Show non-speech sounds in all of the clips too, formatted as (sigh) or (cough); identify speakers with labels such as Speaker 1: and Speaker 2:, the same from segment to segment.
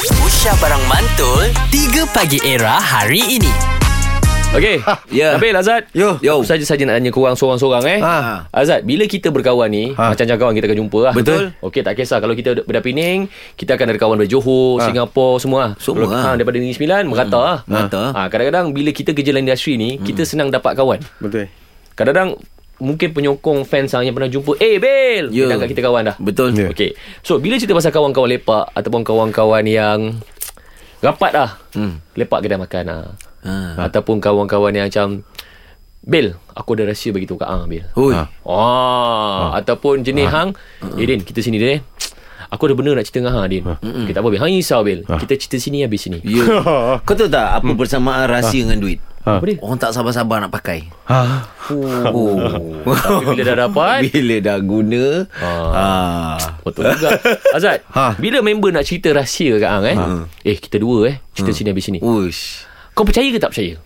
Speaker 1: Syah Barang Mantul 3 Pagi Era hari ini
Speaker 2: Okay
Speaker 3: Ya.
Speaker 2: Nabil Ha. lah, Azad
Speaker 3: Yo.
Speaker 2: Yo Saja-saja nak tanya korang Seorang-seorang eh
Speaker 3: Ha.
Speaker 2: Azad Bila kita berkawan ni
Speaker 3: Ha.
Speaker 2: Macam-macam kawan kita akan jumpa lah
Speaker 3: Betul.
Speaker 2: Okay tak kisah Kalau kita berdah Pening Kita akan ada kawan dari Johor Singapura Semua lah
Speaker 3: Ha. Semua,
Speaker 2: Kalau-
Speaker 3: ha.
Speaker 2: ha, Daripada Negeri Sembilan Merata lah
Speaker 3: merata. Hmm.
Speaker 2: ha, Kadang-kadang Bila kita kerja dalam industri ni Kita senang dapat kawan
Speaker 4: Betul.
Speaker 2: Kadang-kadang Mungkin penyokong fans lah Yang pernah jumpa Eh Bil
Speaker 3: Ya.
Speaker 2: Kita anggap kita kawan dah
Speaker 3: Betul.
Speaker 4: Ya.
Speaker 2: Okay So bila cerita pasal kawan-kawan lepak Ataupun kawan-kawan yang Rapat lah hmm. Lepak kedai makan lah ha.
Speaker 3: Ha.
Speaker 2: Ataupun kawan-kawan yang macam Bil Aku ada rahsia bagi tu kat Ang Bil
Speaker 3: Hui.
Speaker 4: Ha.
Speaker 2: Oh,
Speaker 3: Ah.
Speaker 2: Ataupun jenis ha. Hang Eh Din kita sini Din eh. Aku ada benda nak cerita dengan Hang Din
Speaker 3: Ah.
Speaker 2: ha. Okay tak apa Bil Hang risau Bil ha. Kita cerita sini habis sini
Speaker 3: Ya. Kau tahu tak apa persamaan rahsia dengan duit?
Speaker 2: Apa dia?
Speaker 3: Orang tak sabar-sabar nak pakai.
Speaker 4: Ha.
Speaker 3: Oh.
Speaker 2: Tapi bila dah dapat
Speaker 3: (laughs) Bila dah guna. Ha.
Speaker 2: Betul juga Azad ha.
Speaker 4: Ha.
Speaker 2: Bila member nak cerita rahsia kat Ang eh
Speaker 3: Ah.
Speaker 2: Eh kita dua eh Cerita sini habis sini
Speaker 3: Uish.
Speaker 2: Kau percaya ke tak percaya?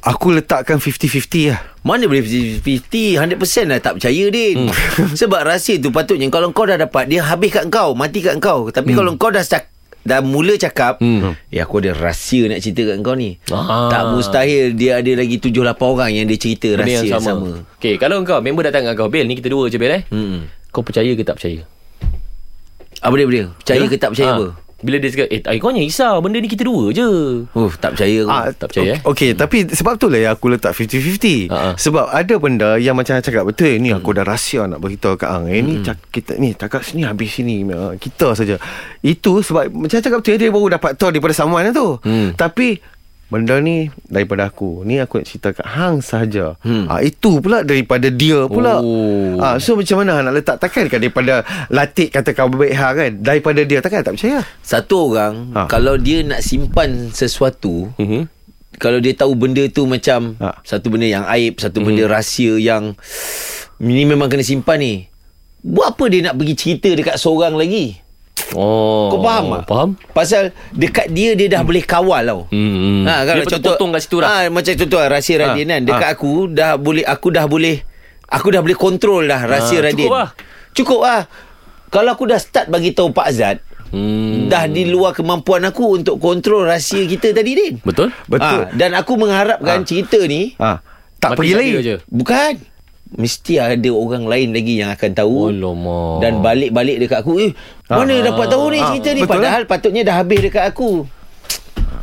Speaker 4: Aku letakkan 50-50 lah.
Speaker 3: Mana boleh 50-50 100% lah tak percaya Din hmm. (laughs) Sebab rahsia tu patutnya Kalau kau dah dapat Dia habis kat kau Mati kat kau Tapi hmm. kalau kau dah cak, Dah mula cakap hmm. Ya aku ada rahsia nak cerita kat kau ni
Speaker 2: Ah.
Speaker 3: Tak mustahil Dia ada lagi 7-8 orang Yang dia cerita
Speaker 2: Benda
Speaker 3: rahsia
Speaker 2: yang sama. sama. Okay, kalau kau member datang dengan kau, Bil, ni kita dua je Bil eh.
Speaker 3: Hmm.
Speaker 2: Kau percaya ke tak percaya?
Speaker 3: Apa dia, apa dia? Ah, Percaya
Speaker 2: Yalah.
Speaker 3: ke tak percaya
Speaker 2: Ha.
Speaker 3: apa?
Speaker 2: Bila dia cakap, eh, ay, kau hanya risau. Benda ni kita dua je.
Speaker 3: Oh, tak percaya aku.
Speaker 4: Ah,
Speaker 2: tak percaya, eh?
Speaker 4: Okey, tapi sebab tu lah yang aku letak 50-50.
Speaker 2: Ha, ha.
Speaker 4: Sebab ada benda yang macam saya cakap betul ni aku
Speaker 2: Hmm.
Speaker 4: dah rahsia nak beritahu kat hang. Eh, ni cak, kita ni cakap sini habis sini Ah, kita saja. Itu sebab macam saya cakap betul dia baru dapat tahu daripada someone lah tu.
Speaker 2: Hmm.
Speaker 4: Tapi benda ni daripada aku. Ni aku nak cerita kat hang saja. Hmm. Ah, itu pula daripada dia pula.
Speaker 2: Oh.
Speaker 4: Ah, so macam mana nak letak takkan kan daripada latik kata kau baik hang kan daripada dia takkan tak percaya.
Speaker 3: Satu orang ha.
Speaker 4: Ha.
Speaker 3: kalau dia nak simpan sesuatu,
Speaker 2: Mhm.
Speaker 3: kalau dia tahu benda tu macam ha.
Speaker 4: Ha.
Speaker 3: satu benda yang aib, satu hmm. benda rahsia yang ni memang kena simpan ni. Buat apa dia nak pergi cerita dekat seorang lagi?
Speaker 2: Oh.
Speaker 3: Kau faham tak?
Speaker 2: Faham.
Speaker 3: Pasal dekat dia dia dah hmm. boleh kawal tau.
Speaker 2: Hmm, hmm.
Speaker 3: Ha,
Speaker 2: Dia potong-potong kat situ dah.
Speaker 3: Ha, macam contoh lah, rahsia Radin kan. Dekat
Speaker 4: ha.
Speaker 3: aku dah boleh aku dah boleh aku dah boleh kontrol dah rahsia
Speaker 2: Ha,
Speaker 3: Radin.
Speaker 2: cukup lah.
Speaker 3: Cukup ah. Kalau aku dah start bagi tahu Pak Zat,
Speaker 2: Hmm.
Speaker 3: dah di luar kemampuan aku untuk kontrol rahsia kita tadi Din.
Speaker 2: Betul?
Speaker 4: Betul.
Speaker 3: Ha, dan aku mengharapkan
Speaker 4: Ha.
Speaker 3: cerita ni
Speaker 4: Ah,
Speaker 2: Mati
Speaker 4: tak pergi
Speaker 2: kat
Speaker 4: lagi.
Speaker 2: dia je.
Speaker 3: bukan mesti ada orang lain lagi yang akan tahu.
Speaker 2: Oh, Alamak.
Speaker 3: Dan balik-balik dekat aku, eh mana dapat tahu ni
Speaker 4: Ha.
Speaker 3: cerita ni
Speaker 4: Betul,
Speaker 3: padahal patutnya dah habis dekat aku.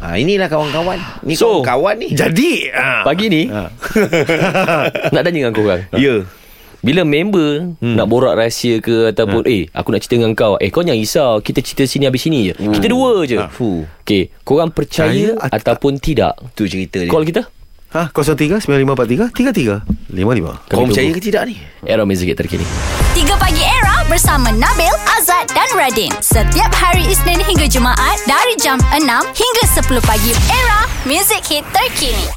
Speaker 3: Ha, inilah kawan-kawan. Ni
Speaker 2: So,
Speaker 3: kawan-kawan ni.
Speaker 4: Jadi ah.
Speaker 2: Pagi ni, Ha.
Speaker 3: (laughs)
Speaker 2: nak tanya dengan korang.
Speaker 3: Ya.
Speaker 2: Bila member hmm. nak borak rahsia ke
Speaker 3: Ha.
Speaker 2: ataupun eh aku nak cerita dengan kau. Eh kau jangan risau. Kita cerita sini habis sini je. Hmm. Kita dua je.
Speaker 3: Ha. Fuh.
Speaker 2: Okey, korang percaya
Speaker 4: Percaya atau-
Speaker 2: ataupun tidak?
Speaker 3: Tu cerita dia.
Speaker 2: Call kita.
Speaker 4: Ha 03 9543 33 55.
Speaker 3: Kau
Speaker 2: Kami
Speaker 3: percaya
Speaker 2: tunggu.
Speaker 3: ke tidak ni?
Speaker 2: Era Music Hit terkini.
Speaker 5: 3 Pagi Era bersama Nabil, Azad dan Radin. Setiap hari Isnin hingga Jumaat dari jam 6 hingga 10 pagi. Era, music hit terkini.